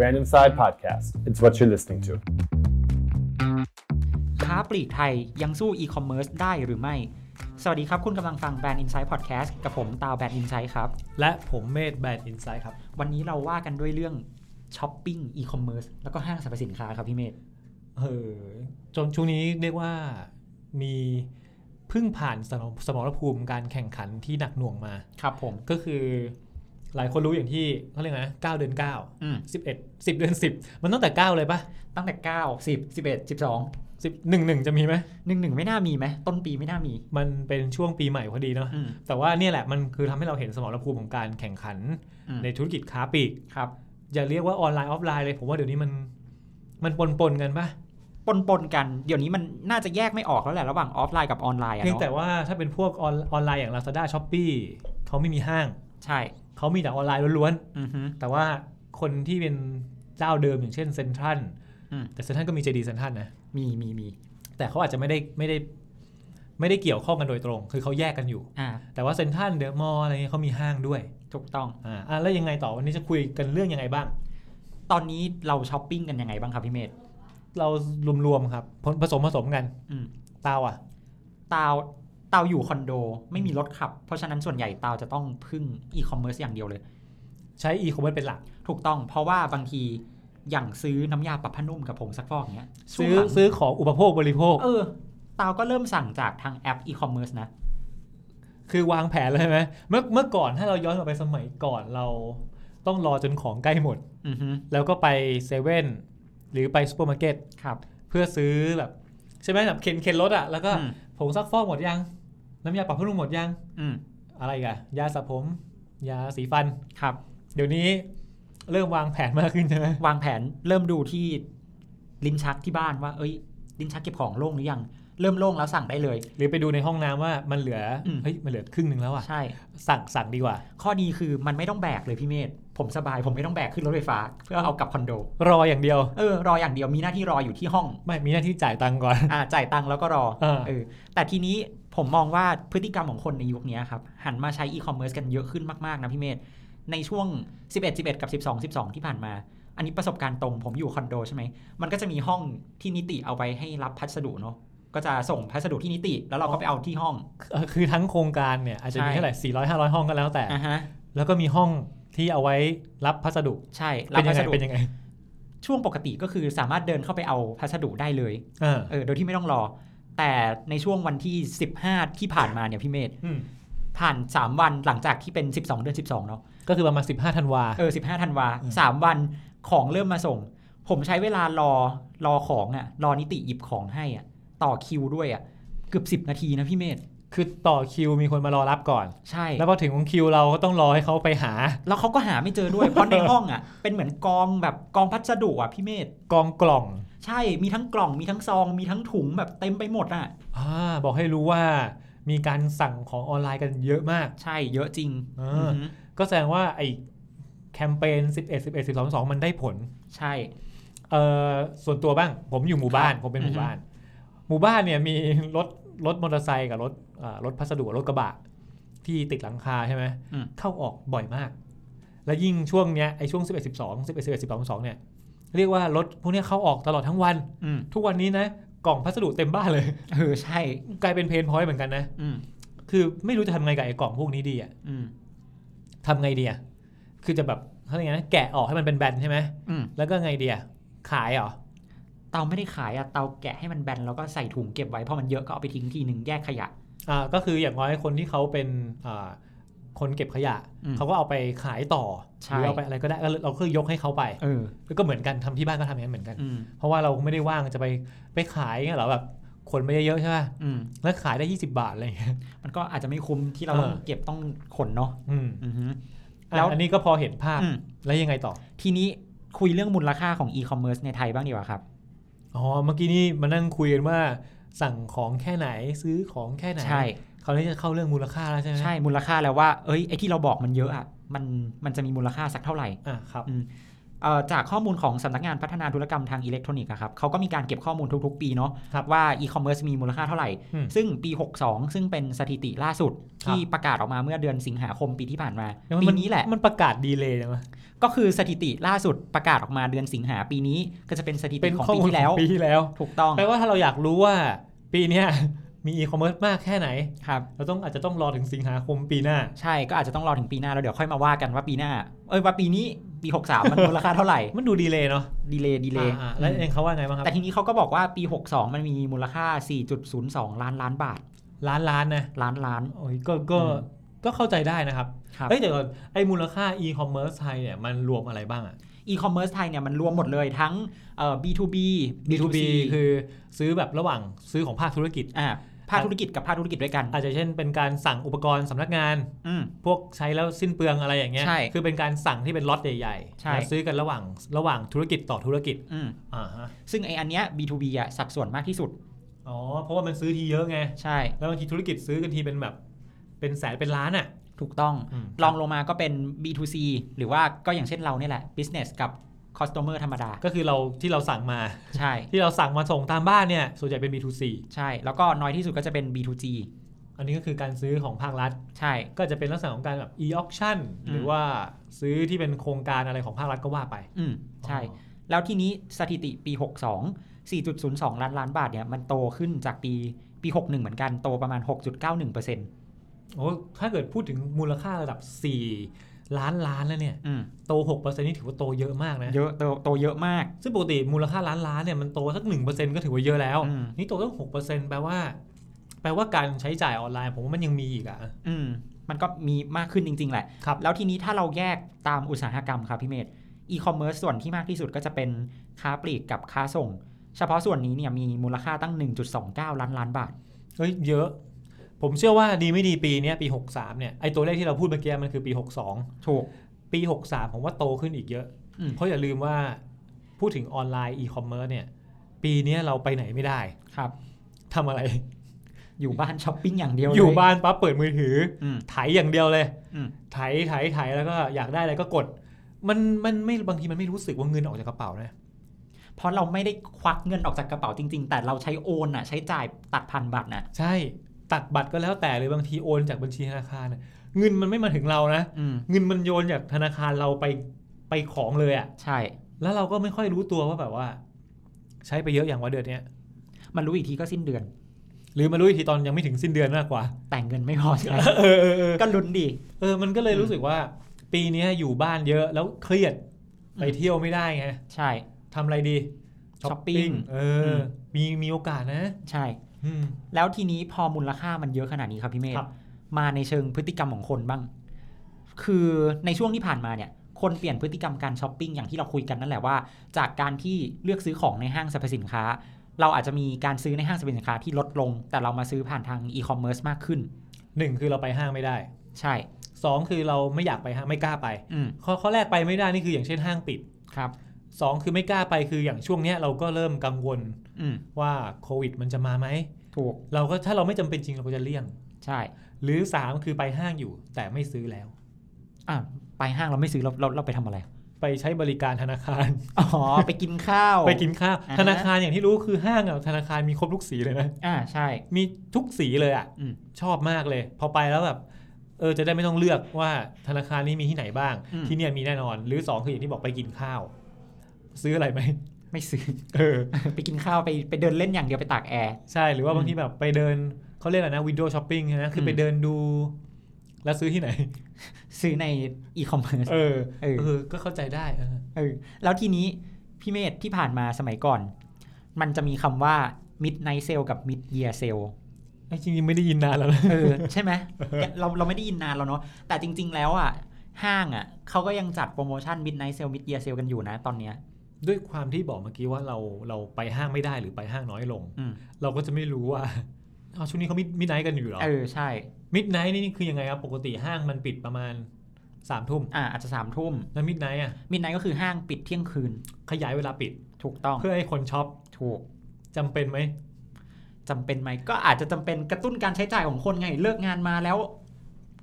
Random Side Podcast. It's what you're listening to. ค้าปลีกไทยยังสู้อีคอมเมิร์ซได้หรือไม่ สวัสดีครับ คุณกำลังฟังแบรนด์อินไซต์พอดแคสต์กับผมตาวแบรนด์อินไซต์ครับ และผมเมธแบรนด์อินไซด์ครับ วันนี้เราว่ากันด้วยเรื่องช้อปปิ้งอีคอมเมิร์ซแล้วก็ห้างสรรพสินค้าครับพี่เมธ เออจนช่วงนี้เรียกว่ามีเพิ่งผ่านสมสมรภูมิการแข่งขันที่หนักหน่วงมา ครับผม ก็คือหลายคนรู้อย่างที่เขาเรียกไงนะ9เดือน 9 อืม 11 10 เดือน 10 มันตั้งแต่ 9 เลยปะ ตั้งแต่ 9 10 11 12 10 1 1 จะมีไหม 1 1 ไม่น่ามีไหมต้นปีไม่น่ามี มันเป็นช่วงปีใหม่พอดีเนาะ อืม แต่ว่าเนี่ยแหละมันคือทำให้เราเห็นสมรภูมิของการแข่งขัน อืม ในธุรกิจค้าปลีก ครับ อย่าเรียกว่าออนไลน์ออฟไลน์เลย ผมว่าเดี๋ยวนี้มันมันปนปนๆกันปะ ปนปนๆกันเดี๋ยวนี้มันน่าจะแยกไม่ออกแล้วแหละระหว่างออฟไลน์กับออนไลน์อะ เพียงแต่ เนาะ ว่าถ้าเป็นพวกออนออนไลน์อย่าง Lazada s h o p e e เขาไม่มีห้าง ใช่ เขามีแต่ออนไลน์ล้วน อือฮึ ๆ แต่ว่าคนที่เป็นเจ้าเดิมอย่างเช่นเซ n นทรัล อืม แต่เซ n นทรัลก็มี JD เซ n นทรัลนะ มีมีมี แต่เขาอาจจะไม่ได้ไม่ได้ไม่ได้เกี่ยวข้องกันโดยตรง คือเขาแยกกันอยู่ อ่า แต่ว่าเซ n นทรัลเดอะมอลอะไรเงี้ยเขามีห้างด้วย ถูกต้อง อ่าอ่ะแล้วยังไงต่อวันนี้จะคุยกันเรื่องยังไงบ้าง ตอนนี้เราช้อปปิ้งกันยังไงบ้างครับพี่เมธ เรารวมๆครับผผสมผสมกัน อืม ตาวอ่ะ ตาวตาวอยู่คอนโดไม่มีรถขับ เพราะฉะนั้นส่วนใหญ่ตาวจะต้องพึ่งอีคอมเมิร์ซอย่างเดียวเลย ใช้อีคอมเมิร์ซเป็นหลัก ถูกต้องเพราะว่าบางทีอย่างซื้อน้ำยาปรับผ้านุ่มกับผงซักฟอกเนี้ย ซื้อ ช่วงหลัง ซื้อของอุปโภคบริโภค เออตาวก็เริ่มสั่งจากทางแอปอีคอมเมิร์ซนะ คือวางแผนเลยใช่ไหมเมื่อเมื่อก่อนถ้าเราย้อนกลับไปสมัยก่อนเราต้องรอจนของใกล้หมด อือฮึ แล้วก็ไปเซเว่นหรือไปซูเปอร์มาร์เก็ต ครับ เพื่อซื้อแบบใช่ไหมแบบเข็นเข็นรถอะแล้วก็ อืม ผงซักฟอกหมดยัง น้ำยาปรับผ้านุ่มหมดยัง อืม อะไรอีกันยาสระผม ยาสีฟัน ครับ เดี๋ยวนี้เริ่มวางแผนมากขึ้นใช่ไหม วางแผนเริ่มดูที่ลิ้นชักที่บ้านว่า เอ้ย ลิ้นชักเก็บของโล่งหรือยังเริ่มโล่งแล้วสั่งได้เลย หรือไปดูในห้องน้ำว่ามันเหลืออ ม เฮ้ยมันเหลือครึ่งหนึ่งแล้วอะ ใช่ สั่งสั่งดีกว่า ข้อดีคือมันไม่ต้องแบกเลยพี่เมธผมสบายผมไม่ต้องแบกขึ้นรถไฟฟ้าเพื่อเอากลับคอนโด รออย่างเดียว เออรออย่างเดียวมีหน้าที่รออยู่ที่ห้อง ไม่มีหน้าที่จ่ายตังค์ก่อน อ่าจ่ายตังค์แล้วก็รอ เออ เออแต่ทีนี้ผมมองว่าพฤติกรรมของคนในยุคนี้ครับ หันมาใช้อีคอมเมิร์ซกันเยอะขึ้นมาก ๆ นะพี่เมธในช่วง 11 11 กับ 12 12 ที่ผ่านมา อันนี้ประสบการณ์ตรงผมอยู่คอนโดใช่ไหม มันก็จะมีห้องที่นิติเอาไว้ให้รับพัสดุเนาะก็จะส่งพัสดุที่นิติ แล้วเราก็ไปเอาที่ห้อง เออคือทั้งโครงการเนี่ยอาจจะมี ใช่ เท่าไหร่400 500 ห้องก็แล้วแต่ อ่าฮะ แล้วก็มีห้องที่เอาไว้รับพัสดุ ใช่รับ เป็นยั พัสงไง ดุ เป็นยังไง ช่วงปกติก็คือสามารถเดินเข้าไปเอาพัสดุได้เลย อ่า เออโดยที่ไม่ต้องรอ แต่ในช่วงวันที่ 15 ที่ผ่านมาเนี่ยพี่เมธ อืม ผ่าน 3 วันหลังจากที่เป็น 12 เดือน 12 เนาะ ก็คือประมาณ 15ธันวา เออ 15ธันวา อืม สามวันของเริ่มมาส่ง ผมใช้เวลารอรอของอะ่ะ รอนิติหยิบของให้อะ่ะ ต่อคิวด้วยอะ่ะ เกือบ 10 นาทีนะพี่เมธ คือต่อคิวมีคนมารอรับก่อน ใช่ แล้วพอถึงของคิวเราก็ต้องรอให้เขาไปหา แล้วเขาก็หาไม่เจอด้วย เพราะในห้องอะ่ะ เป็นเหมือนกองแบบกองพัสดุอ่ะพี่เมธ กองกล่อง ใช่มีทั้งกล่องมีทั้งซอง มีทั้งถุงแบบเต็มไปหมดอ่ะ อาบอกให้รู้ว่ามีการสั่งของออนไลน์กันเยอะมาก ใช่เยอะจริง เออ อ อื ฮึ ก็แสดงว่าไอ้แคมเปญ11 11 12 12 มันได้ผล ใช่ เออส่วนตัวบ้าง ผมอยู่หมู่บ้าน ผมเป็นหมู่ อือฮึ บ้าน หมู่บ้านเนี่ย มีรถรถมอเตอร์ไซค์กับรถเอ่อรถพัสดุรถกระบะที่ติดหลังคาใช่ไหม อืม เข้าออกบ่อยมาก และยิ่งช่วงเนี้ยไอช่วง 11 12 11 11 12 12 เนี่ย เรียกว่ารถพวกเนี้ยเข้าออกตลอดทั้งวัน อืม ทุกวันนี้นะ กล่องพัสดุเต็มบ้านเลย เออใช่ กลายเป็นเพนพอยต์เหมือนกันนะ อืม คือไม่รู้จะทำไงกับไอ้กล่องพวกนี้ดีอะ อืม ทำไงดีอะคือจะแบบเขาเรียกไงนะแกะออกให้มันเป็นแบนๆใช่ไหม อืม แล้วก็ไงดีอะขายเหรอ เตาไม่ได้ขายอะเตาแกะให้มันแบนแล้วก็ใส่ถุงเก็บไว้พอมันเยอะก็เอาไปทิ้งทีหนึ่งแยกขยะ อ่าก็คืออย่างน้อยคนที่เขาเป็นอ่าคนเก็บขยะ อืม เขาก็เอาไปขายต่อ ใช่ หรือเอาไปอะไรก็ได้ก็เราก็ยกให้เขาไป เออ ก็เหมือนกันทำที่บ้านก็ทำอย่างนั้นเหมือนกัน อืม เพราะว่าเราไม่ได้ว่างจะไปไปขายไงเหรอแบบขนไปเยอะๆใช่ป่ะ อืม แล้วขายได้ 20 บาทอะไรอย่างเงี้ย มันก็อาจจะไม่คุ้มที่เรา เออ ต้องเก็บต้องขนเนาะ อืม อือฮึ แล้ แล้ว วอันนี้ก็พอเห็นภาพ อืม แล้วยังไงต่อ ทีนี้คุยเรื่องมูลค่าของอีคอมเมิร์ซในไทยบ้างดีกว่าครับ อ๋อเมื่อกี้นี่มานั่งคุยกันว่า สั่งของแค่ไหนซื้อของแค่ไหน ใช่ คราวนี้จะเข้าเรื่องมูลค่าแล้วใช่ไหม ใช่มูลค่าแล้วว่า เอ้ยไอที่เราบอกมันเยอะอะมันมันจะมีมูลค่าสักเท่าไหร่ อ่ะครับ อืม เอ่อจากข้อมูลของสำนักงานพัฒนาธุรกรรมทางอิเล็กทรอนิกส์อะครับเขาก็มีการเก็บข้อมูลทุกๆ ปีเนาะ ครับ ว่าอีคอมเมิร์ซมีมูลค่าเท่าไหร่ อืม ซึ่งปี 62 ซึ่งเป็นสถิติล่าสุด ครับ ที่ประกาศออกมาเมื่อเดือนสิงหาคมปีที่ผ่านมา แล้ว ปี มั นี้แหละ มันประกาศดีเลยนะมั้ย ก็คือสถิติล่าสุดประกาศออกมาเดือนสิงหาปีนี้ ก็จะเป็นสถิ เป็ ติ น ของ ข้อ ปี มูล ที่แล้ว ของปีที่แล้ว ถูกต้อง แปลว่าถ้าเราอยากรู้ว่าปีเนี้ย มีอีคอมเมิร์ซมากแค่ไหน ครับ เราต้องอาจจะต้องรอถึงสิงหาคมปีหน้า ใช่ก็อาจจะต้องรอถึงปีหน้าแล้วเดี๋ยวค่อยมาว่ากันว่าปีหน้า เอ้ยว่าปีนี้ปี 63 มันมู ลค่าเท่าไหร่ มันดูดีเลยเนาะ ดีเลย์ดีเลย์ อ่าๆแล้วเองเขาว่าไงบ้างครับ แต่ทีนี้เขาก็บอกว่าปี 62 มันมีมูลค่า 4.02 ล้านล้านบาท ล้านล้านนะ ล้านล้าน โอ้ยก็ก็ อืม ก็เข้าใจได้นะครับ ครับ เฮ้ยแต่ก่อนไอ้มูลค่าอีคอมเมิร์ซไทยเนี่ยมันรวมอะไรบ้างอะ อีคอมเมิร์ซไทยเนี่ยมันรวมหมดเลยทั้งเอ่อ B2B B2B คือ คือซื้อแบบระหว่างซื้อของภาคธุรกิจ อ่าภาคธุรกิจกับภาคธุรกิจด้วยกัน อาจจะเช่นเป็นการสั่งอุปกรณ์สำนักงาน อืม พวกใช้แล้วสิ้นเปลืองอะไรอย่างเงี้ย ใช่ คือเป็นการสั่งที่เป็นล็อตใหญ่ ใช่ ๆแล้วซื้อกันระหว่างระหว่างธุรกิจต่อธุรกิจ อืม อ่าฮะ ซึ่งไออันเนี้ย B2B อ่ะสัดส่วนมากที่สุด อ๋อเพราะว่ามันซื้อทีเยอะไง ใช่ แล้วบางทีธุรกิจซื้อกันทีเป็นแบบ เป็นแสนเป็นล้านอ่ะ ถูกต้อง ล ล อ อง ง ลงมาก็เป็น B2C หรือว่าก็อย่างเช่นเราเนี่ยแหละ business กับ customer ธรรมดา ก็คือเราที่เราสั่งมา ใช่ ที่เราสั่งมาส่งตามบ้านเนี่ยส่วนใหญ่เป็น B2C ใช่ แล้วก็น้อยที่สุดก็จะเป็น B2G อันนี้ก็คือการซื้อของภาครัฐ ใช่ ก็จะเป็นลักษณะของการแบบ e-auction อืม หรือว่าซื้อที่เป็นโครงการอะไรของภาครัฐก็ว่าไป อืมใช่ อ๋อ แล้วทีนี้สถิติปี 62 4.02 ล้านล้านบาทเนี่ยมันโตขึ้นจากปีปี 61 เหมือนกันโตประมาณ 6.91% โอ้ถ้าเกิดพูดถึงมูลค่าระดับ 4 ล้านล้านแล้วเนี่ย อืม โต6%นี่ถือว่าโตเยอะมากนะ เยอะโตโตเยอะมาก ซึ่งปกติมูลค่าล้านล้านเนี่ยมันโตสัก1%ก็ถือว่าเยอะแล้ว อืม นี่โตตั้ง6%แปลว่า แปลว่าการใช้จ่ายออนไลน์ผมว่ามันยังมีอีกอ่ะ อืมมันก็มีมากขึ้นจริง ๆ แหละ ครับ แล้วทีนี้ถ้าเราแยกตามอุตสาหกรรมครับพี่เมธอีคอมเมิร์ซส่วนที่มากที่สุดก็จะเป็นค้าปลีกกับค้าส่ง เฉพาะส่วนนี้เนี่ยมีมูลค่าตั้ง 1.29 ล้านล้านบาท เฮ้ยเยอะ ผมเชื่อว่าดีไม่ดีปีเนี้ยปี 63เนี่ยไอตัวเลขที่เราพูดเมื่อกี้มันคือปี ถูก 62 ปี 63 ผมว่าโตขึ้นอีกเยอะ อืม เพราะอย่าลืมว่าพูดถึงออนไลน์อีคอมเมิร์ซเนี่ย ปีเนี้ยเราไปไหนไม่ได้ ครับ ทำอะไร อยู่บ้านช้อปปิ้งอย่างเดียวเล อยู่บ้านปั๊บเปิดมือถือ อืม ไถอย่างเดียวเลย อืม ไถไถไถแล้วก็อยากได้อะไรก็กด มันมันไม่บางทีมันไม่รู้สึกว่าเงินออกจากกระเป๋านะ เพราะเราไม่ได้ควักเงินออกจากกระเป๋าจริง ๆ แต่เราใช้โอนน่ะใช้จ่ายตัดผ่านบัตรน่ะ ใช่ตัดบัตรก็แล้วแต่หรือบางทีโอนจากบัญชีธนาคารน่ะเงินมันไม่มาถึงเรานะ อืม เงินมันโยนจากธนาคารเราไปไปของเลยอะ ใช่ แล้วเราก็ไม่ค่อยรู้ตัวว่าแบบว่า ใช้ไปเยอะอย่างว่าเดือนเนี้ย มันรู้อีกทีก็สิ้นเดือน หรือมารู้อีกทีตอนยังไม่ถึงสิ้นเดือนมากกว่า แต่เงินไม่พอใช่ไหม เออเออเออ ก็ลุ้นดี เออมันก็เลยรู้สึกว่า ปีเนี้ยอยู่บ้านเยอะแล้วเครียดไปเที่ยวไม่ได้ไง ใช่ ทำอะไรดี ช้อปปิ้ง shopping เอออมีมีโอกาสนะ ใช่ อืม แล้วทีนี้พอมูลค่ามันเยอะขนาดนี้ครับพี่เมธ ครับ มาในเชิงพฤติกรรมของคนบ้าง คือในช่วงที่ผ่านมาเนี่ย คนเปลี่ยนพฤติกรรมการช้อปปิ้งอย่างที่เราคุยกันนั่นแหละว่า จากการที่เลือกซื้อของในห้างสรรพสินค้า เราอาจจะมีการซื้อในห้างสรรพสินค้าที่ลดลง แต่เรามาซื้อผ่านทางอีคอมเมิร์ซมากขึ้น หนึ่งคือเราไปห้างไม่ได้ ใช่ สองคือเราไม่อยากไปห้างไม่กล้าไป อืม ข้อข้อแรกไปไม่ได้นี่คืออย่างเช่นห้างปิด ครับ สองคือไม่กล้าไปคืออย่างช่วงเนี้ยเราก็เริ่มกังวล อืม ว่าโควิด มันจะมาไหม ถูก เราก็ถ้าเราไม่จำเป็นจริงเราก็จะเลี่ยง ใช่ หรือ 3 คือไปห้างอยู่แต่ไม่ซื้อแล้ว อ่ะไปห้างเราไม่ซื้อเราเราเราไปทำอะไร ไปใช้บริการธนาคาร อ๋อ ไปกินข้าว ไปกินข้าว อ่าฮะ ธนาคารอย่างที่รู้คือห้างอะธนาคารมีครบทุกสีเลยนะ อ่าใช่ มีทุกสีเลยอ่ะ อืม ชอบมากเลย พอไปแล้วแบบเออจะได้ไม่ต้องเลือกว่าธนาคารนี้มีที่ไหนบ้าง อืม ที่เนี่ยมีแน่นอน หรือ 2 คืออย่างที่บอกไปกินข้าว ซื้ออะไรไหม ไม่ซื้อ เออ ไปกินข้าวไปไปเดินเล่นอย่างเดียวไปตากแอร์ ใช่หรือว่าบางทีแบบไปเดินเขาเรียกอะไรนะวิดีโอช้อปปิ้งนะคือไปเดินดู แล้วซื้อที่ไหน ซื้อในอีคอมเมิร์ซ เออ เออ เออก็เข้าใจได้เออ เออแล้วทีนี้พี่เมธที่ผ่านมาสมัยก่อน มันจะมีคำว่า midnight sale กับ mid year sale ไอ้จริงๆไม่ได้ยินนานแล้วนะ เออ ใช่ไหมเราเราไม่ได้ยินนานแล้วเนาะแต่จริง ๆ แล้วอ่ะห้างอ่ะเขาก็ยังจัดโปรโมชั่น midnight sale mid year sale กันอยู่นะตอนเนี้ย ด้วยความที่บอกเมื่อกี้ว่าเราเราไปห้างไม่ได้หรือไปห้างน้อยลง อืม เราก็จะไม่รู้ว่า เอาวช่วงนี้เขามิดมิดไนท์กันอยู่เหรอ เออใช่ มิดไนท์นี่คือยังไงครับ ปกติห้างมันปิดประมาณสามทุ่ม อ่าอาจจะสามทุ่ม แล้วมิดไนท์อ่ะ midnight ก็คือห้างปิดเที่ยงคืน ขยายเวลาปิด ถูกต้อง เพื่อให้คนช็อป ถูก จำเป็นไหม จำเป็นไหมก็อาจจะจำเป็นกระตุ้นการใช้จ่ายของคนไงเลิกงานมาแล้ว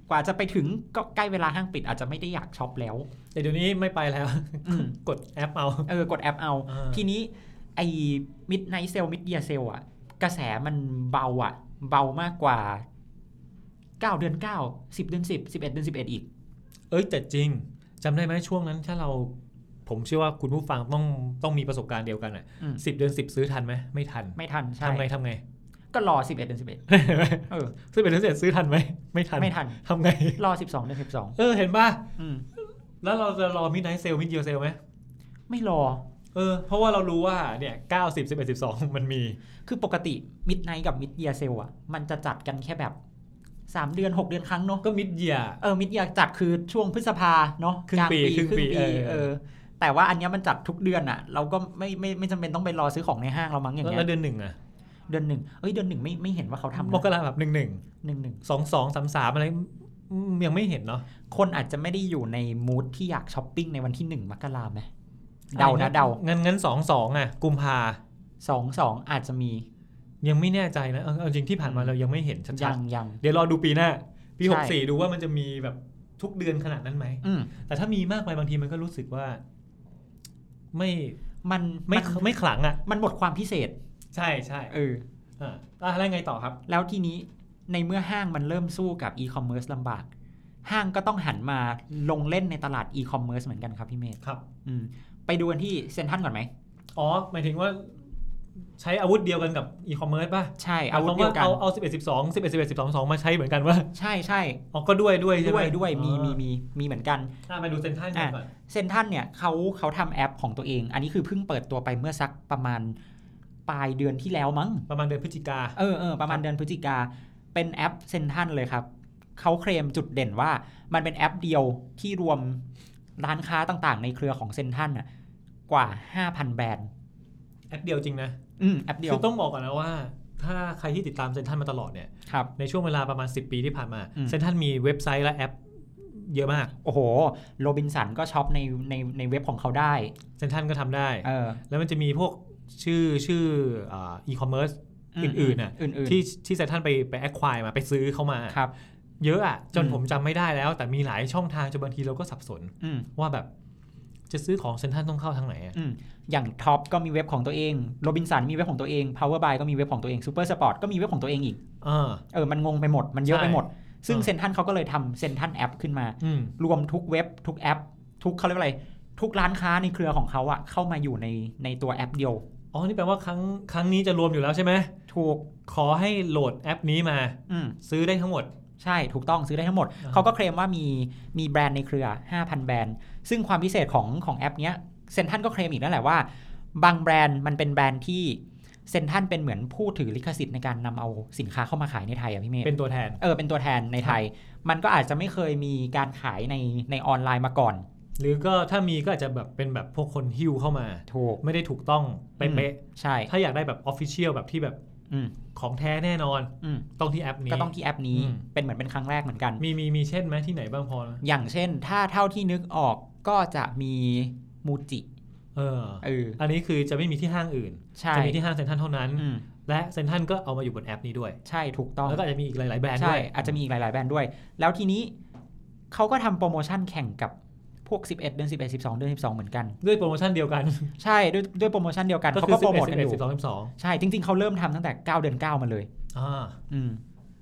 กว่าจะไปถึงก็ใกล้เวลาห้างปิดอาจจะไม่ได้อยากช็อปแล้ว แต่เดี๋ยวนี้ไม่ไปแล้ว อืม กดแอปเอา เออกดแอปเอา อ่า ทีนี้ไอ้มิดไนท์เซลมิดเยียเซลอะกระแสมันเบาอะเบามากกว่า 9 เดือน 9 10 เดือน 10 11 เดือน 11 อีก เอ้ยแต่จริงจำได้ไหมช่วงนั้นถ้าเราผมเชื่อว่าคุณผู้ฟังต้องต้องมีประสบการณ์เดียวกันอ่ะ อืม สิบเดือนสิบซื้อทันไหมไม่ทัน ไม่ทันใช่ ทำไงทำไง ก็รอ 11 เดือน 11 เออ ซึ่งเป็นเรื่องเสร็จซื้อทันไหมไม่ทัน ไม่ทัน ทำไง รอ 12 เดือน 12 เออเห็นป่ะ อืม แล้วเราจะรอมิดไนท์เซลมิดเดียวเซลไหม ไม่รอ เออเพราะว่าเรารู้ว่าเนี่ยเก้าสิบสิบเอ็ดสิบสองมันมี คือปกติมิดไนท์กับมิดเยียเซลอะมันจะจัดกันแค่แบบ 3 เดือน 6 เดือนครั้งเนาะ ก็มิดเยีย เออมิดอยากจัดคือช่วงพฤษภาเนาะ ครึ่ง กลา ปีครึ่งปี เออ เออ เออ แต่ว่าอันเนี้ยมันจัดทุกเดือนอะเราก็ไม่ไม่ไม่จำเป็นต้องไปรอซื้อของในห้างเรามั้งอย่างเงี้ แล้ว ย เดือนหนึ่งอ่ะ เดือนหนึ่งเอ้ยเดือนหนึ่งไม่ไม่เห็นว่าเขาทำนะ มกราแบบหนึ่งหนึ่ง หนึ่งหนึ่ง สองสองสามสามอะไรอืมยังไม่เห็นเนาะ คนอาจจะไม่ได้อยู่ในมูทที่อยากช้อปปิ้งในวันที่หนึ่งมกราไหมเดานะเดา งั้นงั้นสองสองอ่ะกุมภา สองสองอาจจะมี ยังไม่แน่ใจนะเอาเอาจริงที่ผ่านมาเรายังไม่เห็นชั ยั ด งยัง ๆเดี๋ยวรอดูปีหน้า ปี ใช่ หกสี่ดูว่ามันจะมีแบบทุกเดือนขนาดนั้นไหม อืม แต่ถ้ามีมากไปบางทีมันก็รู้สึกว่า ไม่ มัน ไม่ น ไม่ขลังอ่ะ มันหมดความพิเศษ ใช่ใช่ เออ อ่าอ่ะแล้วไงต่อครับ แล้วทีนี้ในเมื่อห้างมันเริ่มสู้กับอีคอมเมิร์ซลำบาก ห้างก็ต้องหันมาลงเล่นในตลาดอีคอมเมิร์ซเหมือนกันครับพี่เมธ ครับ อืมไปดูกันที่เซ็นทรัลก่อนไหม อ๋อ หมายถึงว่าใช้อาวุธเดียวกันกับอีคอมเมิร์ซป่ะ ใช่ อาวุธเดียวกัน หมาคามเอาเอาสิบเอ็ดสิบสองสิบเอ็ดสิบเอ็ดสิบสองสองมาใช้เหมือนกันว่า ใช่ใช่ อ๋อก็ด้วยด้วยใช่ไห ด้ ม วยด้วยมีมี อ๋อ มีมีเหมือนกัน อ่ะมาดูเซนทันก่อน เซนทรันเนี่ยเขาเขาทำแอปของตัวเอง อันนี้คือเพิ่งเปิดตัวไปเมื่อสักประมาณปลายเดือนที่แล้วมั้ง ประมาณเดือนพฤศจิกา เออเออประมาณเดือนพฤศจิกา เป็นแอปเซนทันเลยครับ เขาเคลมจุดเด่นว่ามันเป็นแอปเดียวที่รวมร้านค้าต่างๆ ในเครือของเซนทันน่ะกว่า 5,000 แบรนด์ แอปเดียวจริงนะ อืมแอปเดียว คือต้องบอกก่อนนะว่า ถ้าใครที่ติดตามเซนทันมาตลอดเนี่ย ครับ ในช่วงเวลาประมาณ 10 ปีที่ผ่านมา อืม เซนทันมีเว็บไซต์และแอป เยอะมาก โอ้โห โรบินสันก็ช็อปในในในเว็บของเขาได้ เซนทันก็ทำได้ เออ แล้วมันจะมีพวกชื่อชื่ออีคอมเมิร์ซ ม อื่นๆน่ะ อื่นๆ ที่ที่เซนทันไปไปแอคควายมาไปซื้อเข้ามา ครับ เยอะอะจน อืม ผมจำไม่ได้แล้ว แต่มีหลายช่องทางจนบางทีเราก็สับสน อืม ว่าแบบจะซื้อของเซนทรันต้องเข้าทางไหนอะ อืมอย่างท็อปก็มีเว็บของตัวเองโรบินสันมีเว็บของตัวเอง Power by ก็มีเว็บของตัวเองซูเปอร์สปอร์ตก็มีเว็บของตัวเองอีก อ่า เออมันงงไปหมดมันเยอะไปหมด ซึ่ง เออ เซนทันเขาก็เลยทำเซนทันแอปขึ้นมา อืม รวมทุกเว็บทุกแอป ทุกเขาเรียกว่าอะไร ทุกร้านค้าในเครือของเขาอะเข้ามาอยู่ในในตัวแอปเดียว อ๋อนี่แปลว่าครั้งครั้งนี้จะรวมอยู่แล้วใช่ไหม ถูก ขอให้โหลดแอปนี้มา อืม ซื้อได้ทั้งหมด ใช่ถูกต้องซื้อได้ทั้งหมด อ่า เขาก็เคลมว่ามีมีแบรนด์ในเครือ 5,000 แบรนด์ ซึ่งความพิเศษของของแอปเนี้ยเซนทันก็เคลมอีกนั่นแหละว่า บางแบรนด์มันเป็นแบรนด์ที่เซนทันเป็นเหมือนผู้ถือลิขสิทธิ์ในการนำเอาสินค้าเข้ามาขายในไทยอะพี่เมย์ เป็นตัวแทน เออเป็นตัวแทนในไทย มันก็อาจจะไม่เคยมีการขายในในออนไลน์มาก่อน หรือก็ถ้ามีก็อาจจะแบบเป็นแบบพวกคนฮิวเข้ามา ถูก ไม่ได้ถูกต้องเป๊ะ ใช่ ๆถ้าอยากได้แบบออฟฟิเชียลแบบที่แบบ อืม ของแท้แน่นอน อืม ต้องที่แอปนี้ ก็ต้องที่แอปนี้ อืม เป็นเหมือนเป็นครั้งแรกเหมือนกัน มีมีมีเช่นไหมที่ไหนบ้างพอนะ อย่างเช่นถ้าเท่าที่นึกออกก็จะมีมูจิ เออ เออ อันนี้คือจะไม่มีที่ห้างอื่น ใช่ จะมีที่ห้างเซนทรันเท่านั้น อืม และเซนทรันก็เอามาอยู่บนแอปนี้ด้วย ใช่ถูกต้อง แล้วก็อาจจะมีอีกหลาย ๆ แบรนด์ ใช่ ด้วย อาจจะมีอีกหลาย ๆ แบรนด์ด้วย แล้วทีนี้เขาก็ทำโปรโมชั่นแข่งกับพวก 11 เดือน 11 12 เดือน 12 เหมือนกัน ด้วยโปรโมชั่นเดียวกัน ใช่ด้วยด้วยโปรโมชั่นเดียวกันเขา คือ ก็โปรโมทกันอ 11 ยู่ 11 12 12 ใช่จริง ๆเขาเริ่มทำตั้งแต่ 9 เดือน 9 มาเลย อ่า อืม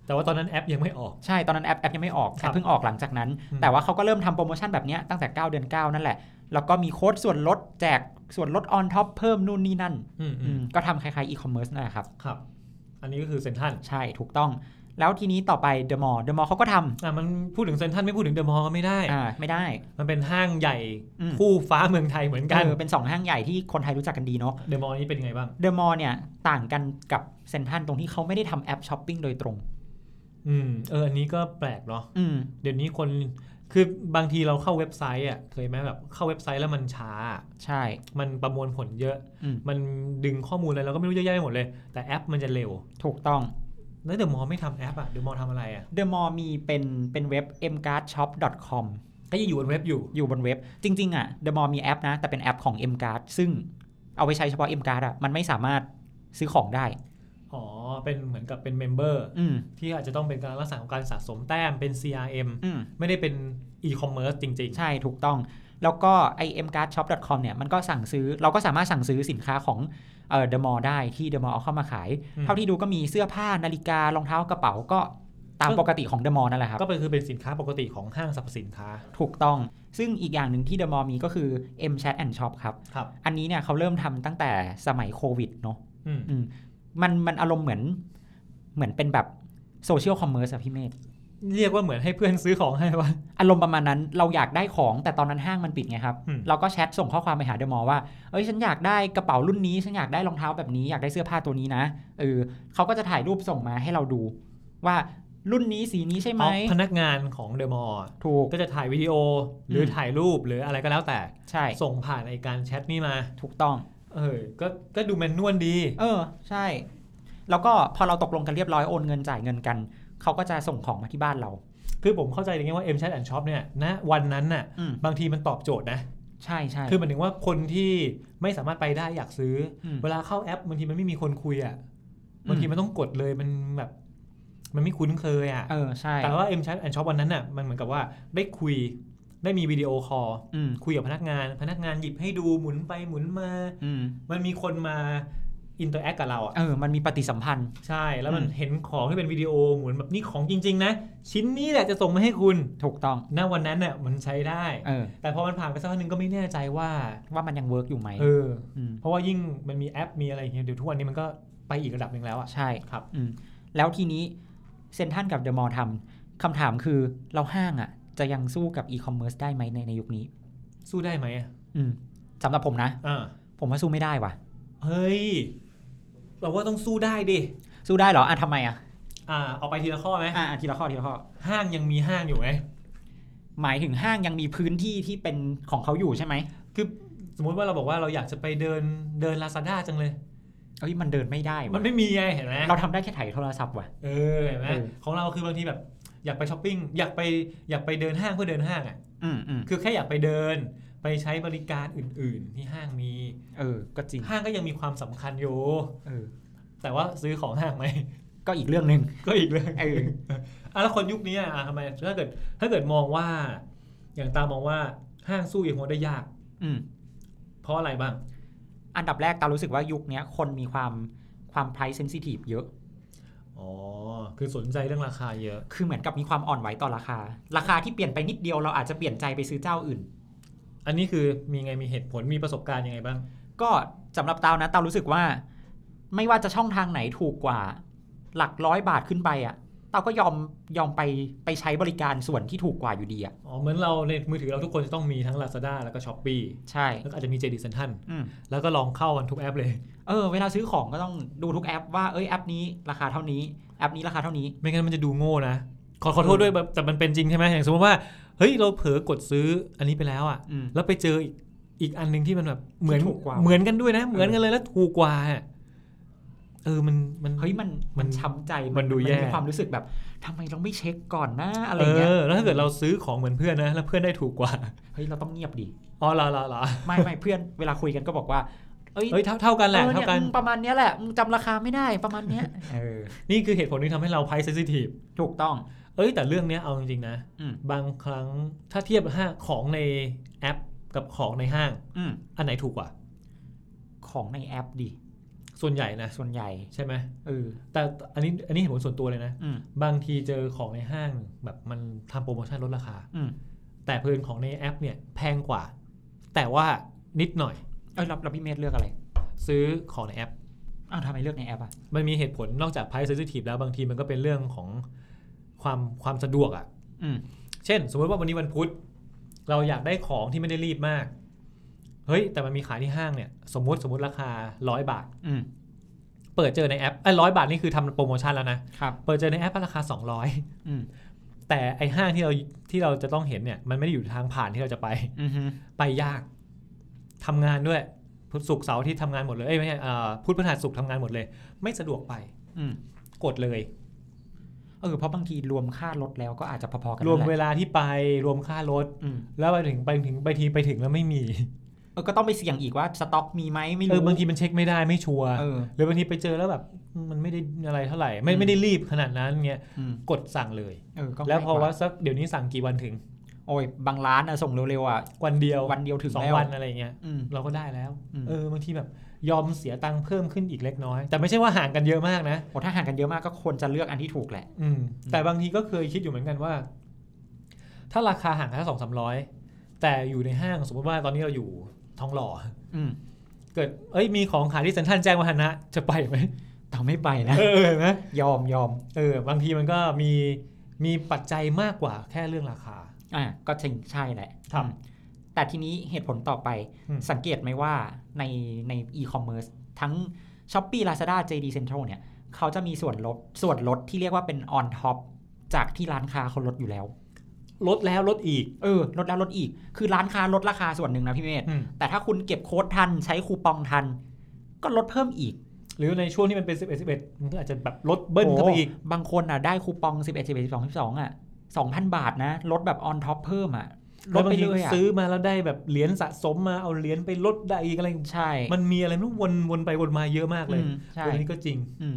แต่ว่าตอนนั้นแอปยังไม่ออก ใช่ตอนนั้นแอปแอปยังไม่ออก ค แอ รับ ปเพิ่งออกหลังจากนั้น อืม แต่ว่าเขาก็เริ่มทำโปรโมชั่นแบบเนี้ยตั้งแต่ 9 เดือน 9 นั่นแหละ แล้วก็มีโค้ดส่วนลดแจกส่วนลดออนท็อปเพิ่มนู่นนี่นั่น อืม อืมก็ทำคล้ายๆอีคอมเมิร์ซนั่นแหละครับ ๆครับ อันนี้ก็คือเซนทัน ใช่ถูกต้อง แล้วทีนี้ต่อไปเดอะมอลล์เดอะมอลล์เขาก็ท อ่ะมันพูดถึงเซนทันไม่พูดถึงเดอะมอลล์ก็ไม่ได้ ำอ่าไม่ได้ มันเป็นห้างใหญ่ อืม คู่ฟ้าเมืองไทยเหมือน เอ กัน อเป็น 2 ห้างใหญ่ที่คนไทยรู้จักกันดีเนาะ เดอะมอลล์นี้เป็นยังไงบ้าง เดอะมอลล์เนี่ยต่างกันกับเซนทรันตรงที่เขาไม่ได้ทำแอปช้อปปิ้งโดยตรง อืมเอออันนี้ก็แปลกเนาะ อืม เดี๋ยวนี้คนคือบางทีเราเข้าเว็บไซต์อ่ะเคยไหมแบบเข้าเว็บไซต์แล้วมันช้า ใช่ มันประมวลผลเยอะ อืม มันดึงข้อมูลอะไรเราก็ไม่รู้เยอะแยะไปหมดเลย แต่แอปมันจะเร็ว ถูกต้อง แล้วเดอะมอลล์ไม่ทำแอปอ่ะเดอะมอลล์ทำอะไรอ่ะ เดอะมอลล์มีเป็นเป็นเว็บ mcardshop.com ก็ยังอยู่บนเว็บอยู่ อยู่บนเว็บ จริง ๆ อ่ะเดอะมอลล์มีแอปนะ แต่เป็นแอปของ mcard ซึ่งเอาไว้ใช้เฉพาะ mcard อ่ะมันไม่สามารถซื้อของได้ อ๋อ เป็นเหมือนกับเป็นเมมเบอร์ อืม ที่อาจจะต้องเป็นการรักษาของการสะสมแต้มเป็น CRM อืม ไม่ได้เป็น e-commerce จริง ใช่ถูกต้อง แล้วก็ i mcardshop.com เนี่ยมันก็สั่งซื้อเราก็สามารถสั่งซื้อสินค้าของเอ่อ The Mall ได้ที่ The Mall เอาเข้ามาขาย อืม เท่าที่ดูก็มีเสื้อผ้านาฬิการองเท้ากระเป๋าก็ตามปกติของ The Mall นั่นแหละครับ ๆ ก็เป็นคือเป็นสินค้าปกติของห้างสรรพสินค้า ถูกต้อง ซึ่งอีกอย่างหนึ่งที่ The Mall มีก็คือ M Chat and Shop ครับ ครับ อันนี้เนี่ยเขาเริ่มทำตั้งแต่สมัยโควิดเนาะ อืม อืมมันมันอารมณ์เหมือนเหมือนเป็นแบบโซเชียลคอมเมอร์สอะพี่เมธ เรียกว่าเหมือนให้เพื่อนซื้อของให้ว่า อารมณ์ประมาณนั้นเราอยากได้ของแต่ตอนนั้นห้างมันปิดไงครับ อืม เราก็แชทส่งข้อความไปหาเดอะมอลล์ว่า เอ้ยฉันอยากได้กระเป๋ารุ่นนี้ ฉันอยากได้รองเท้าแบบนี้ อยากได้เสื้อผ้าตัวนี้นะ เออเขาก็จะถ่ายรูปส่งมาให้เราดู ว่ารุ่นนี้สีนี้ใช่ไหม พนักงานของเดอะมอลล์ ถูก ก็จะถ่ายวิดีโอหรือมอถ่ายรูปหรืออะไรก็แล้วแต่ ใช่ ส่งผ่านไอการแชทนี่มา ถูกต้อง เออ ก็ก็ดูแมนนวลดี เออ ใช่ แล้วก็พอเราตกลงกันเรียบร้อยโอนเงินจ่ายเงินกัน เขาก็จะส่งของมาที่บ้านเรา คือผมเข้าใจอย่างเงี้ยว่า M Chat and Shop เนี่ยณวันนั้นน่ะ อืม บางทีมันตอบโจทย์นะ ใช่ใช่ คือหมายถึงว่าคนที่ไม่สามารถไปได้อยากซื้ออ ม เวลาเข้าแอปบางทีมันไม่มีคนคุยอ่ะ ม บางทีมันต้องกดเลยมันแบบ มันไม่คุ้นเคยอ่ะ เออใช่ แต่ว่า M Chat and Shop วันนั้นน่ะมันเหมือนกับว่าได้คุยได้มีวิดีโอคอล อืม คุยกับพนักงาน พนักงานหยิบให้ดูหมุนไปหมุนมา อืม มันมีคนมาอินเตอร์แอคกับเราอ่ะ เออ มันมีปฏิสัมพันธ์ ใช่ แล้วมัน อืม เห็นของที่เป็นวิดีโอเหมือนแบบนี่ของจริง ๆ นะ ชิ้นนี้แหละจะส่งมาให้คุณ ถูกต้อง ณวันนั้นน่ะมันใช้ได้ เออ แต่พอมันผ่านไปสักพักหนึ่งก็ไม่แน่ใจว่า ว่ามันยังเวิร์กอยู่ไหม เออ ม เพราะว่ายิ่งมันมีแอปมีอะไรอย่างเงี้ยเดี๋ยวทุกวันนี้มันก็ไปอีกระดับหนึ่งแล้วอ่ะ ใช่ ครับ อืมแล้วทีนี้เซนทันกับเดอะมอลล์ทำคำถามคือเราห้างอะ่ะ จะยังสู้กับอีคอมเมิร์ซได้ไหมในในยุคนี้ สู้ได้ไหมอ่ะ อืมสำหรับผมนะ อ่า ผมว่าสู้ไม่ได้ว่ะ เฮ้ยเราว่าต้องสู้ได้ดิ สู้ได้เหรออ่ะทำไมอะ อ่า เอาไปทีละข้อไหม อ่ะอ่ะทีละข้อทีละข้อ ห้างยังมีห้างอยู่ไหม หมายถึงห้างยังมีพื้นที่ที่เป็นของเขาอยู่ใช่ไหม คือสมมติว่าเราบอกว่าเราอยากจะไปเดินเดินลาซาด้าจังเลย เอ้ยมันเดินไม่ได้ มั ว่ะ นไม่มีไงเห็นไหม เราทำได้แค่ถ่ายโทรศัพท์ว่ะ เออเห็นไหม เออ ของเราคือบางทีแบบอยากไปช้อปปิ้งอยากไปอยากไปเดินห้างเพื่อเดินห้างอ่ะ อืมอืม คือแค่อยากไปเดิน ไปใช้บริการอื่น ๆ ที่ห้างมี เออ ก็จริง ห้างก็ยังมีความสำคัญอยู่ เออ แต่ว่าซื้อของห้างไหม ก็อีกเรื่องหนึ่ง ก็อีกเรื่อง เออ อ่ะแล้วคนยุคนี้อ่ะทำไมถ้าเกิดถ้าเกิดมองว่า อย่างตามองว่าห้างสู้อีกคนได้ยาก อืม เพราะอะไรบ้าง อันดับแรกตามรู้สึกว่ายุคเนี้ยคนมีความความ price sensitive เยอะ อ๋อ คือสนใจเรื่องราคาเยอะ คือเหมือนกับมีความอ่อนไหวต่อราคา ราคาที่เปลี่ยนไปนิดเดียวเราอาจจะเปลี่ยนใจไปซื้อเจ้าอื่น อันนี้คือมีไงมีเหตุผลมีประสบการณ์ยังไงบ้าง ก็สำหรับเตานะเตารู้สึกว่า ไม่ว่าจะช่องทางไหนถูกกว่า หลักร้อยบาทขึ้นไปอะ่ะเตาก็ยอมยอมไปไปใช้บริการส่วนที่ถูกกว่าอยู่ดีอะ่ะ อ๋อเหมือนเราในมือถือเราทุกคนจะต้องมีทั้ง Lazada แล้วก็ Shopee ใช่ แล้วก็อาจจะมี JD Central อืม แล้วก็ลองเข้ากันทุกแอปเลย เออเวลาซื้อของก็ต้องดูทุกแอปว่าเอ้ยแอปนี้ราคาเท่านี้แอปนี้ราคาเท่านี้ ไม่งั้นมันจะดูโง่นะ ขอขอโทษด้วยแบบแต่มันเป็นจริงใช่ไหมอย่างสมมติว่า เฮ้ย เราเผลอกดซื้ออันนี้ไปแล้วอ่ะ อืม แล้วไปเจออีกอีกอันหนึ่งที่มันแบบเหมือน ถูกกว่า เหมือนกันด้วยนะ เหมือนกันเลยแล้วถูกกว่าอะเออมันมัน เฮ้ยมัน มั มัน นช้ำใจ มันดูแย่ มีความรู้สึกแบบทำไมเราไม่เช็คก่อนนะอะไร เอ เงี้ย อแล้วถ้าเกิดเราซื้อของเหมือนเพื่อนนะ แล้วเพื่อนได้ถูกกว่า เฮ้ยเราต้องเงียบดิ อ๋อเหรอเหรอเหรอ ไม่ไม่เพื่อนเวลาคุยกันก็บอกว่า เอ้ย เอ้ยเท่าเท่ากันแหละ ออ เท่า นี่ย กัน มึงประมาณเนี้ยแหละมึงจำราคาไม่ได้ประมาณเนี้ย เออ นี่คือเหตุผลที่ทำให้เรา price sensitive ถูกต้อง เอ้ยแต่เรื่องเนี้ยเอาจริงๆนะ อืม บางครั้งถ้าเทียบห้างของในแอปกับของในห้าง อืม อันไหนถูกกว่า ของในแอปดิ ส่วนใหญ่นะ ส่วนใหญ่ ใช่ไหม เออ แต่อันนี้อันนี้เห็นผลส่วนตัวเลยนะ อืม บางทีเจอของในห้างแบบมันทำโปรโมชั่นลดราคา อืม แต่เพลินของในแอปเนี่ยแพงกว่า แต่ว่านิดหน่อย เอ้ยเราเราพี่เมธเลือกอะไร ซื้อของในแอป อ้าวทำไมเลือกในแอปอ่ะ มันมีเหตุผลนอกจาก price sensitive แล้วบางทีมันก็เป็นเรื่องของความความสะดวกอะ่ะ อืม เช่น สมมติว่าวันนี้วันพุธเราอยากได้ของที่ไม่ได้รีบมาก เฮ้ย แต่มันมีขายที่ห้างเนี่ย สมมติสมมติราคา 100 บาท อืม เปิดเจอในแอปไอ้ร้อยบาทนี่คือทำโปรโมชั่นแล้วนะครับ เปิดเจอในแอปราคา 200 อืม แต่ไอห้างที่เราที่เราจะต้องเห็นเนี่ยมันไม่ได้อยู่ทางผ่านที่เราจะไป อืมฮึ ไปยากทำงานด้วยพุธศุกร์เสาร์อาที่ทำงานหมดเลยเอ้ยไม่ใช่เอ่อพุธพฤหัสศุกร์ทำงานหมดเลย ไม่สะดวกไป อืม กดเลย เออเพราะบางทีรวมค่ารถแล้วก็อาจจะพอๆกัน รวม นั่น เว แหละ ลาที่ไปรวมค่ารถ อืม แล้วไปถึงไปถึงไปทีไปถึงแล้วไม่มี เ อก็ต้องไปเสี่ยงอีกว่าสต็อกมีไหมไม่ เอ รู้ อบางทีมันเช็คไม่ได้ไม่ชัวร์ เออ หรือบางทีไปเจอแล้วแบบมันไม่ได้อะไรเท่าไหร่ไม่ อืม ไม่ได้รีบขนาดนั้นเงี้ย อืม กดสั่งเลย เออก็ แล้ว ง่ย พอก ว่าสักเดี๋ยวนี้สั่งกี่วันถึง โอ้ยบางร้านอะส่งเร็วๆอะ วันเดียว วันเดียวถึง สอง แล้ว วันอะไรเงี้ย อืม เราก็ได้แล้ว อืม เออบางทีแบบยอมเสียตังค์เพิ่มขึ้นอีกเล็กน้อย แต่ไม่ใช่ว่าห่างกันเยอะมากนะ โอ้ถ้าห่างกันเยอะมากก็ควรจะเลือกอันที่ถูกแหละ อืมแต่บางทีก็เคยคิดอยู่เหมือนกันว่า ถ้าราคาห่างแค่สองสามร้อยแต่อยู่ในห้างสมมติว่าตอนนี้เราอยู่ทองหล่อ อืม เกิดเอ้ยมีของขายที่เซ็นทรัลแจ้งวัฒนะจะไป ไหม เราไม่ไปนะ เออเห็นไหม ยอมยอม เออบางทีมันก็มีมีปัจจัยมากกว่าแค่เรื่องราคา อ่ะก็จริงใช่แหละ ครับ อืมแต่ทีนี้เหตุผลต่อไป อืม สังเกตไหมว่าในในอีคอมเมิร์ซทั้ง s h o p e e Lazada JD Central เนี่ย เขาจะมีส่วนลดส่วนลดที่เรียกว่าเป็น on top จากที่ร้านค้าเขาลดอยู่แล้ว ลดแล้วลดอีก เออ ลดแล้วลดอีก คือร้านค้าลดราคาส่วนหนึ่งนะพี่เมธ อืม แต่ถ้าคุณเก็บโค้ดทันใช้คูปองทัน ก็ลดเพิ่มอีก หรือในช่วงที่มันเป็น 11 11มันก็อาจจะแบบลดเบิ้ลเข้าไปอีก โบางคนอ่ะได้คูปอง 11 11 12 12อ่ะ2,000 บาทนะ ลดแบบ on top เพิ่มอ่ะ ล แล้ ด วบา ไป งที เลยอ่ะ ซื้อมาแล้วได้แบบเหรียญสะสมมาเอาเหรียญไปลดได้อีกอะไร ใช่ มันมีอะไรไม่รู้วนวนไปวนมาเยอะมากเลย อืมใช่ เรื่องนี้ก็จริง อืม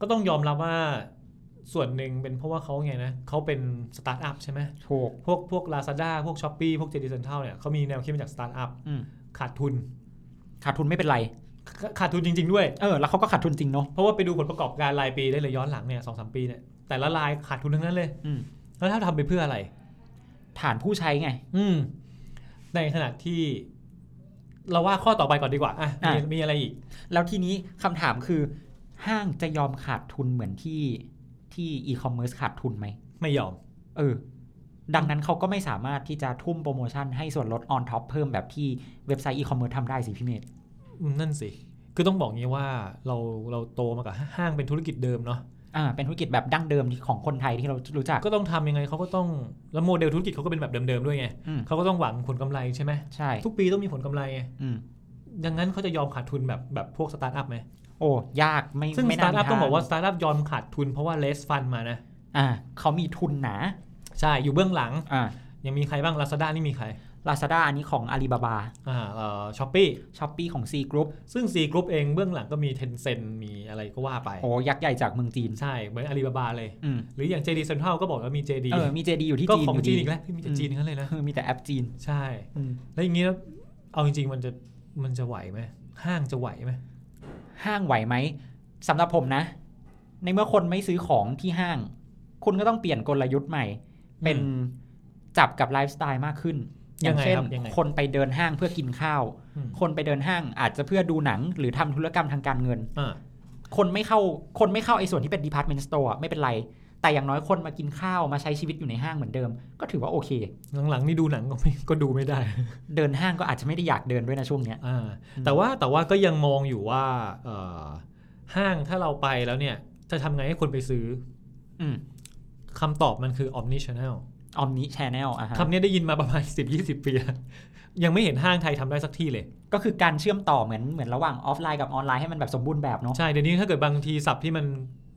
ก็ต้องยอมรับว่าส่วนหนึ่งเป็นเพราะว่าเขาไงนะเขาเป็นสตาร์ทอัพใช่ไหม ถูก พวกพวก Lazada พวก s h o p e e พวก JD Central เนี่ยเขามีแนวคิดมาจากสตาร์ทอัพ อืม ขาดทุน ขาดทุนไม่เป็นไร ขขาดทุนจริง ๆด้วย เออ แล้วเขาก็ขาดทุนจริงเนาะ เพราะว่าไปดูผลประกอบการรายปีได้เลยย้อนหลังเนี่ยสองสามปีเนี่ยแต่ละรายขาดทุนทั้งนั้นเลย อืม แล้วถ้าทำไปเพื่ออะไร ฐานผู้ใช้ไง อืม ในขณะที่ เราว่าข้อต่อไปก่อนดีกว่าอ่ะมี อ่ะ มีอะไรอีก แล้วทีนี้คำถามคือ ห้างจะยอมขาดทุนเหมือนที่ที่อีคอมเมิร์ซขาดทุนไหม ไม่ยอม เออ ดังนั้นเขาก็ไม่สามารถที่จะทุ่มโปรโมชั่นให้ส่วนลดออนท็อปเพิ่มแบบที่เว็บไซต์อีคอมเมิร์ซทำได้สิพี่เมธ อืมนั่นสิ คือต้องบอกงี้ว่าเราเราโตมากับห้างเป็นธุรกิจเดิมเนาะ อ่า เป็นธุรกิจแบบดั้งเดิมที่ของคนไทยที่เรารู้จัก ก็ต้องทำยังไงเขาก็ต้อง แล้วโมเดลธุรกิจเขาก็เป็นแบบเดิมๆด้วยไง อืม เขาก็ต้องหวังผลกำไรใช่ไหม ใช่ ทุกปีต้องมีผลกำไรไง อืม ดังนั้นเขาจะยอมขาดทุนแบบแบบพวกสตาร์ทอัพไหม โอ้ ยากไม่ ซึ่ง ไม่ ส น่ ตาร์ท มี อัพ ท ต้องบอกว่าสตาร์ทอัพยอมขาดทุนเพราะว่าเลสฟันมานะ อ่าเขามีทุนหนา ใช่ อยู่เบื้องหลัง อ่า ยังมีใครบ้าง Lazada นี่มีใคร ลาซาด้าอันนี้ของอาลีบาบา อ่าเอ่อช้อปปี้ ช้อปปีของ C Group ซึ่ง C Group เองเบื้องหลังก็มี Tencent มีอะไรก็ว่าไป โอ้ยักษ์ใหญ่จากเมืองจีน ใช่ เหมือน Alibaba เลย อืม หรืออย่าง JD Central ก็บอกว่ามี JD เออมีเจดีอยู่ที่ ก็ จีน ของ ยู่ จีน ดี อีกแล้วมีแต่จีนทั้งนั้นเลยนะ เออมีแต่แอปจีน ใช่ แล้วอย่างนี้แล้วเอาจริงๆ มันจะมันจะไหวไหมห้างจะไหวไหม ห้างไหวไหมสำหรับผมนะ ในเมื่อคนไม่ซื้อของที่ห้าง คุณก็ต้องเปลี่ยนกลยุทธ์ใหม่ เป็น อืม จับกับไลฟ์สไตล์มากขึ้น อย่างเช่น ยังไงครับยังไง คนไปเดินห้างเพื่อกินข้าว อืม คนไปเดินห้างอาจจะเพื่อดูหนังหรือทำธุรกรรมทางการเงิน อ่า คนไม่เข้าคนไม่เข้าไอ้ส่วนที่เป็น department store อะไม่เป็นไร แต่อย่างน้อยคนมากินข้าวมาใช้ชีวิตอยู่ในห้างเหมือนเดิม ก็ถือว่าโอเค หลังๆนี่ดูหนังก็ไม่ก็ดูไม่ได้ เดินห้างก็อาจจะไม่ได้อยากเดินด้วยนะช่วงเนี้ยออ่าืม แต่ว่าแต่ว่าก็ยังมองอยู่ว่าเอ่อห้างถ้าเราไปแล้วเนี่ย จะทำไงให้คนไปซื้อ อืม คำตอบมันคือ omnichannel ออมนิชแนลอะฮะ คำนี้ได้ยินมาประมาณ 10-20 ปีแล้วยังไม่เห็นห้างไทยทำได้สักที่เลย ก็คือการเชื่อมต่อเหมือนเหมือนระหว่างออฟไลน์กับออนไลน์ให้มันแบบสมบูรณ์แบบเนาะ ใช่ เดี๋ยวนี้ถ้าเกิดบางทีศัพท์ที่มัน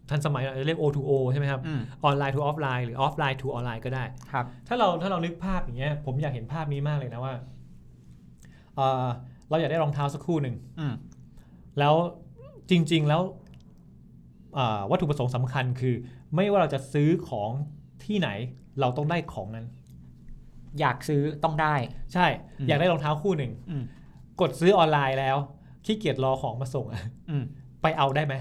ทันสมัยหน่อยอาจจะเรียก O2O ใช่ไหมครับ อืม online to offline หรือ offline to online ก็ได้ ครับ ถ้าเราถ้าเรานึกภาพอย่างเงี้ยผมอยากเห็นภาพนี้มากเลยนะว่าเอ่อเราอยากได้รองเท้าสักคู่หนึ่ง อืม แล้วจริง ๆแล้วเอ่อวัตถุประสงค์สำคัญคือ ไม่ว่าเราจะซื้อของที่ไหน เราต้องได้ของนั้น อยากซื้อต้องได้ ใช่ อืม อยากได้รองเท้าคู่หนึ่ง อืม กดซื้อออนไลน์แล้วขี้เกียจรอของมาส่งอะ อืม ไปเอาได้ไหม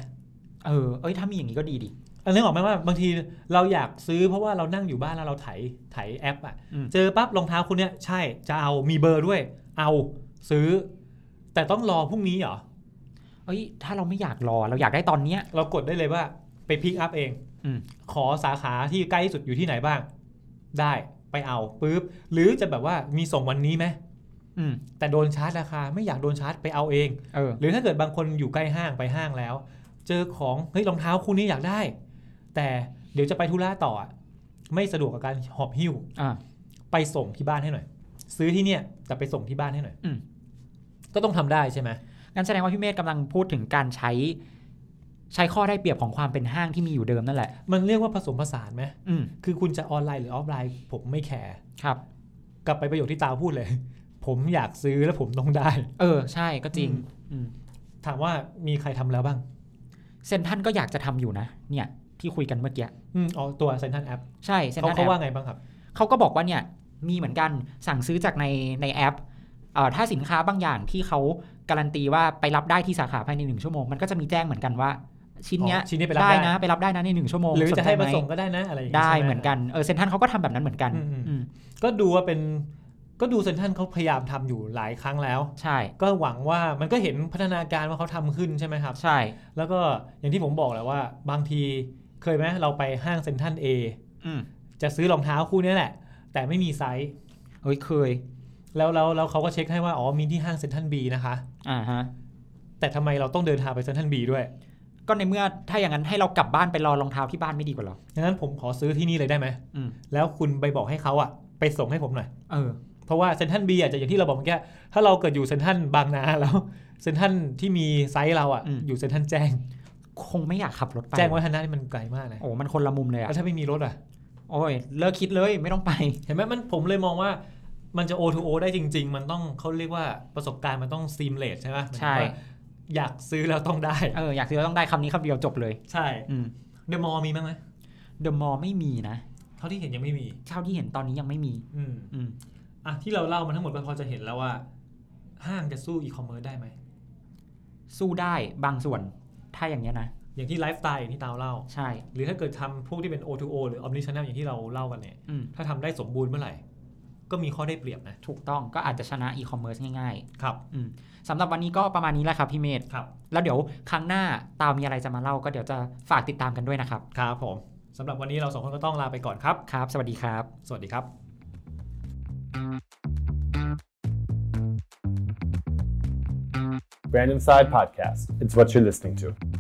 เออ เอ้ย ถ้ามีอย่างนี้ก็ดีดิ อันนึกออกไหมว่าบางทีเราอยากซื้อเพราะว่าเรานั่งอยู่บ้านแล้วเราไถไถแอปอะ อืม เจอปั๊บรองเท้าคู่เนี้ยใช่จะเอามีเบอร์ด้วย เอาซื้อ แต่ต้องรอพรุ่งนี้เหรอ เอ้ย ถ้าเราไม่อยากรอ เราอยากได้ตอนเนี้ย เรากดได้เลยว่าไปพิกอัพเอง อืม ขอสาขาที่ใกล้ที่สุดอยู่ที่ไหนบ้าง ได้ไปเอาปุ๊บหรือจะแบบว่ามีส่งวันนี้ไหม อืม แต่โดนชาร์จราคา ไม่อยากโดนชาร์จไปเอาเอง เออ หรือถ้าเกิดบางคนอยู่ใกล้ห้างไปห้างแล้ว เจอของเฮ้ยรองเท้าคู่นี้อยากได้ แต่เดี๋ยวจะไปธุระต่ออะไม่สะดวกกับการหอบหิ้ว อ่า ไปส่งที่บ้านให้หน่อย ซื้อที่เนี่ยแต่ไปส่งที่บ้านให้หน่อย อืม ก็ต้องทำได้ใช่ไหม งั้นแสดงว่าพี่เมธกำลังพูดถึงการใช้ ใช้ข้อได้เปรียบของความเป็นห้างที่มีอยู่เดิมนั่นแหละ มันเรียกว่าผสมผสานไหม อืม คือคุณจะออนไลน์หรือออฟไลน์ ผมไม่แคร์ ครับ กลับไปประโยคที่ตาพูดเลย ผมอยากซื้อแล้วผมต้องได้ เออใช่ก็จริงอืม ถามว่ามีใครทำแล้วบ้าง เซนทรันก็อยากจะทำอยู่นะ เนี่ยที่คุยกันเมื่อกี้ อืมอ๋อตัวเซนทันแอป ใช่เซนทเขารัน เขา แอ ว่า ป ไงบ้างครับ เขาก็บอกว่าเนี่ยมีเหมือนกันสั่งซื้อจากในในแอปเอ่อถ้าสินค้าบางอย่างที่เขาการันตีว่าไปรับได้ที่สาขาภายในหนึ่งชั่วโมงมันก็จะมีแจ้งเหมือนกันว่า ชิ้นเนี้ย อ๋อชิ้นนี้ไปรับได้ นะไปรับได้นะในหนึ่งชั่วโมง หรือ สน จะให้มา ไม ส่งก็ได้นะอะไรอย่างงี้ ได้ ใช่ เหมือนกันเออเซนทันเขาก็ทำแบบนั้นเหมือนกัน อืมอืม อืม ก็ดูว่าเป็นก็ดูเซนทันเขาพยายามทำอยู่หลายครั้งแล้ว ใช่ ก็หวังว่ามันก็เห็นพัฒนาการว่าเขาทำขึ้นใช่ไหมครับ ใช่ แล้วก็อย่างที่ผมบอกแหละว่า บางทีเคยไหมเราไปห้างเซนทันเอ อืม จะซื้อรองเท้าคู่นี้แหละ แต่ไม่มีไซส์ เฮ้ยเคย แล้วแล้วแล้วเขาก็เช็คให้ว่าอ๋อมีที่ห้างเซนทันบีนะคะ อ่าฮะ แต่ทำไมเราต้องเดินทางไปเซนทันบีด้วย ก็ในเมื่อถ้าอย่างนั้นให้เรากลับบ้านไปรอรองเท้าที่บ้านไม่ดีกว่าเหรอ ดังนั้นผมขอซื้อที่นี่เลยได้ไหม อืม แล้วคุณไปบอกให้เขาอะไปส่งให้ผมหน่อย เออ เพราะว่าเซนทันบีอาจจะอย่างที่เราบอกเมื่อกี้ถ้าเราเกิดอยู่เซนทันบางนาแล้วเซนทันที่มีไซส์เราอะ อืม อยู่เซนทันแจ้ง คงไม่อยากขับรถไป แจ้งวัฒนะนี่มันไกลมากนะ โอ้มันคนละมุมเลยอะ แล้วถ้าไม่มีรถอะ โอ้ยเลิกคิดเลยไม่ต้องไป เห็นไหมมันผมเลยมองว่ามันจะ O2O ได้จริง ๆ มันต้องเขาเรียกว่าประสบการณ์มันต้องซีมเลสใช่ไหม ใช่ หมายถึงว่าอยากซื้อแล้วต้องได้ เอออยากซื้อต้องได้คำนี้คำเดียวจบเลย ใช่ อืม เดอะมอลมีบ้างไหม เดอะมอลไม่มีนะ เท่าที่เห็นยังไม่มี เท่าที่เห็นตอนนี้ยังไม่มี อืม อืม อ่ะที่เราเล่ามาทั้งหมดก็พอจะเห็นแล้วว่า ห้างจะสู้อีคอมเมิร์ซได้ไหม สู้ได้บางส่วนถ้าอย่างเงี้ยนะ อย่างที่ไลฟ์สไตล์อย่างที่ตาวเล่า ใช่ หรือถ้าเกิดทำพวกที่เป็น O2O หรือ Omnichannel อย่างที่เราเล่ากันเนี่ย อืม ถ้าทำได้สมบูรณ์เมื่อไหร่ ก็มีข้อได้เปรียบนะ ถูกต้องก็อาจจะชนะอีคอมเมิร์ซง่าย ครับ ๆอืมสำหรับวันนี้ก็ประมาณนี้แหละครับพี่เมธ ครับ แล้วเดี๋ยวครั้งหน้าตามมีอะไรจะมาเล่าก็เดี๋ยวจะฝากติดตามกันด้วยนะครับ ครับผมสำหรับวันนี้เราสองคนก็ต้องลาไปก่อนครับ ครับ สวัสดีครับ สวัสดีครับ Brand Inside Podcast. It's what you're listening to.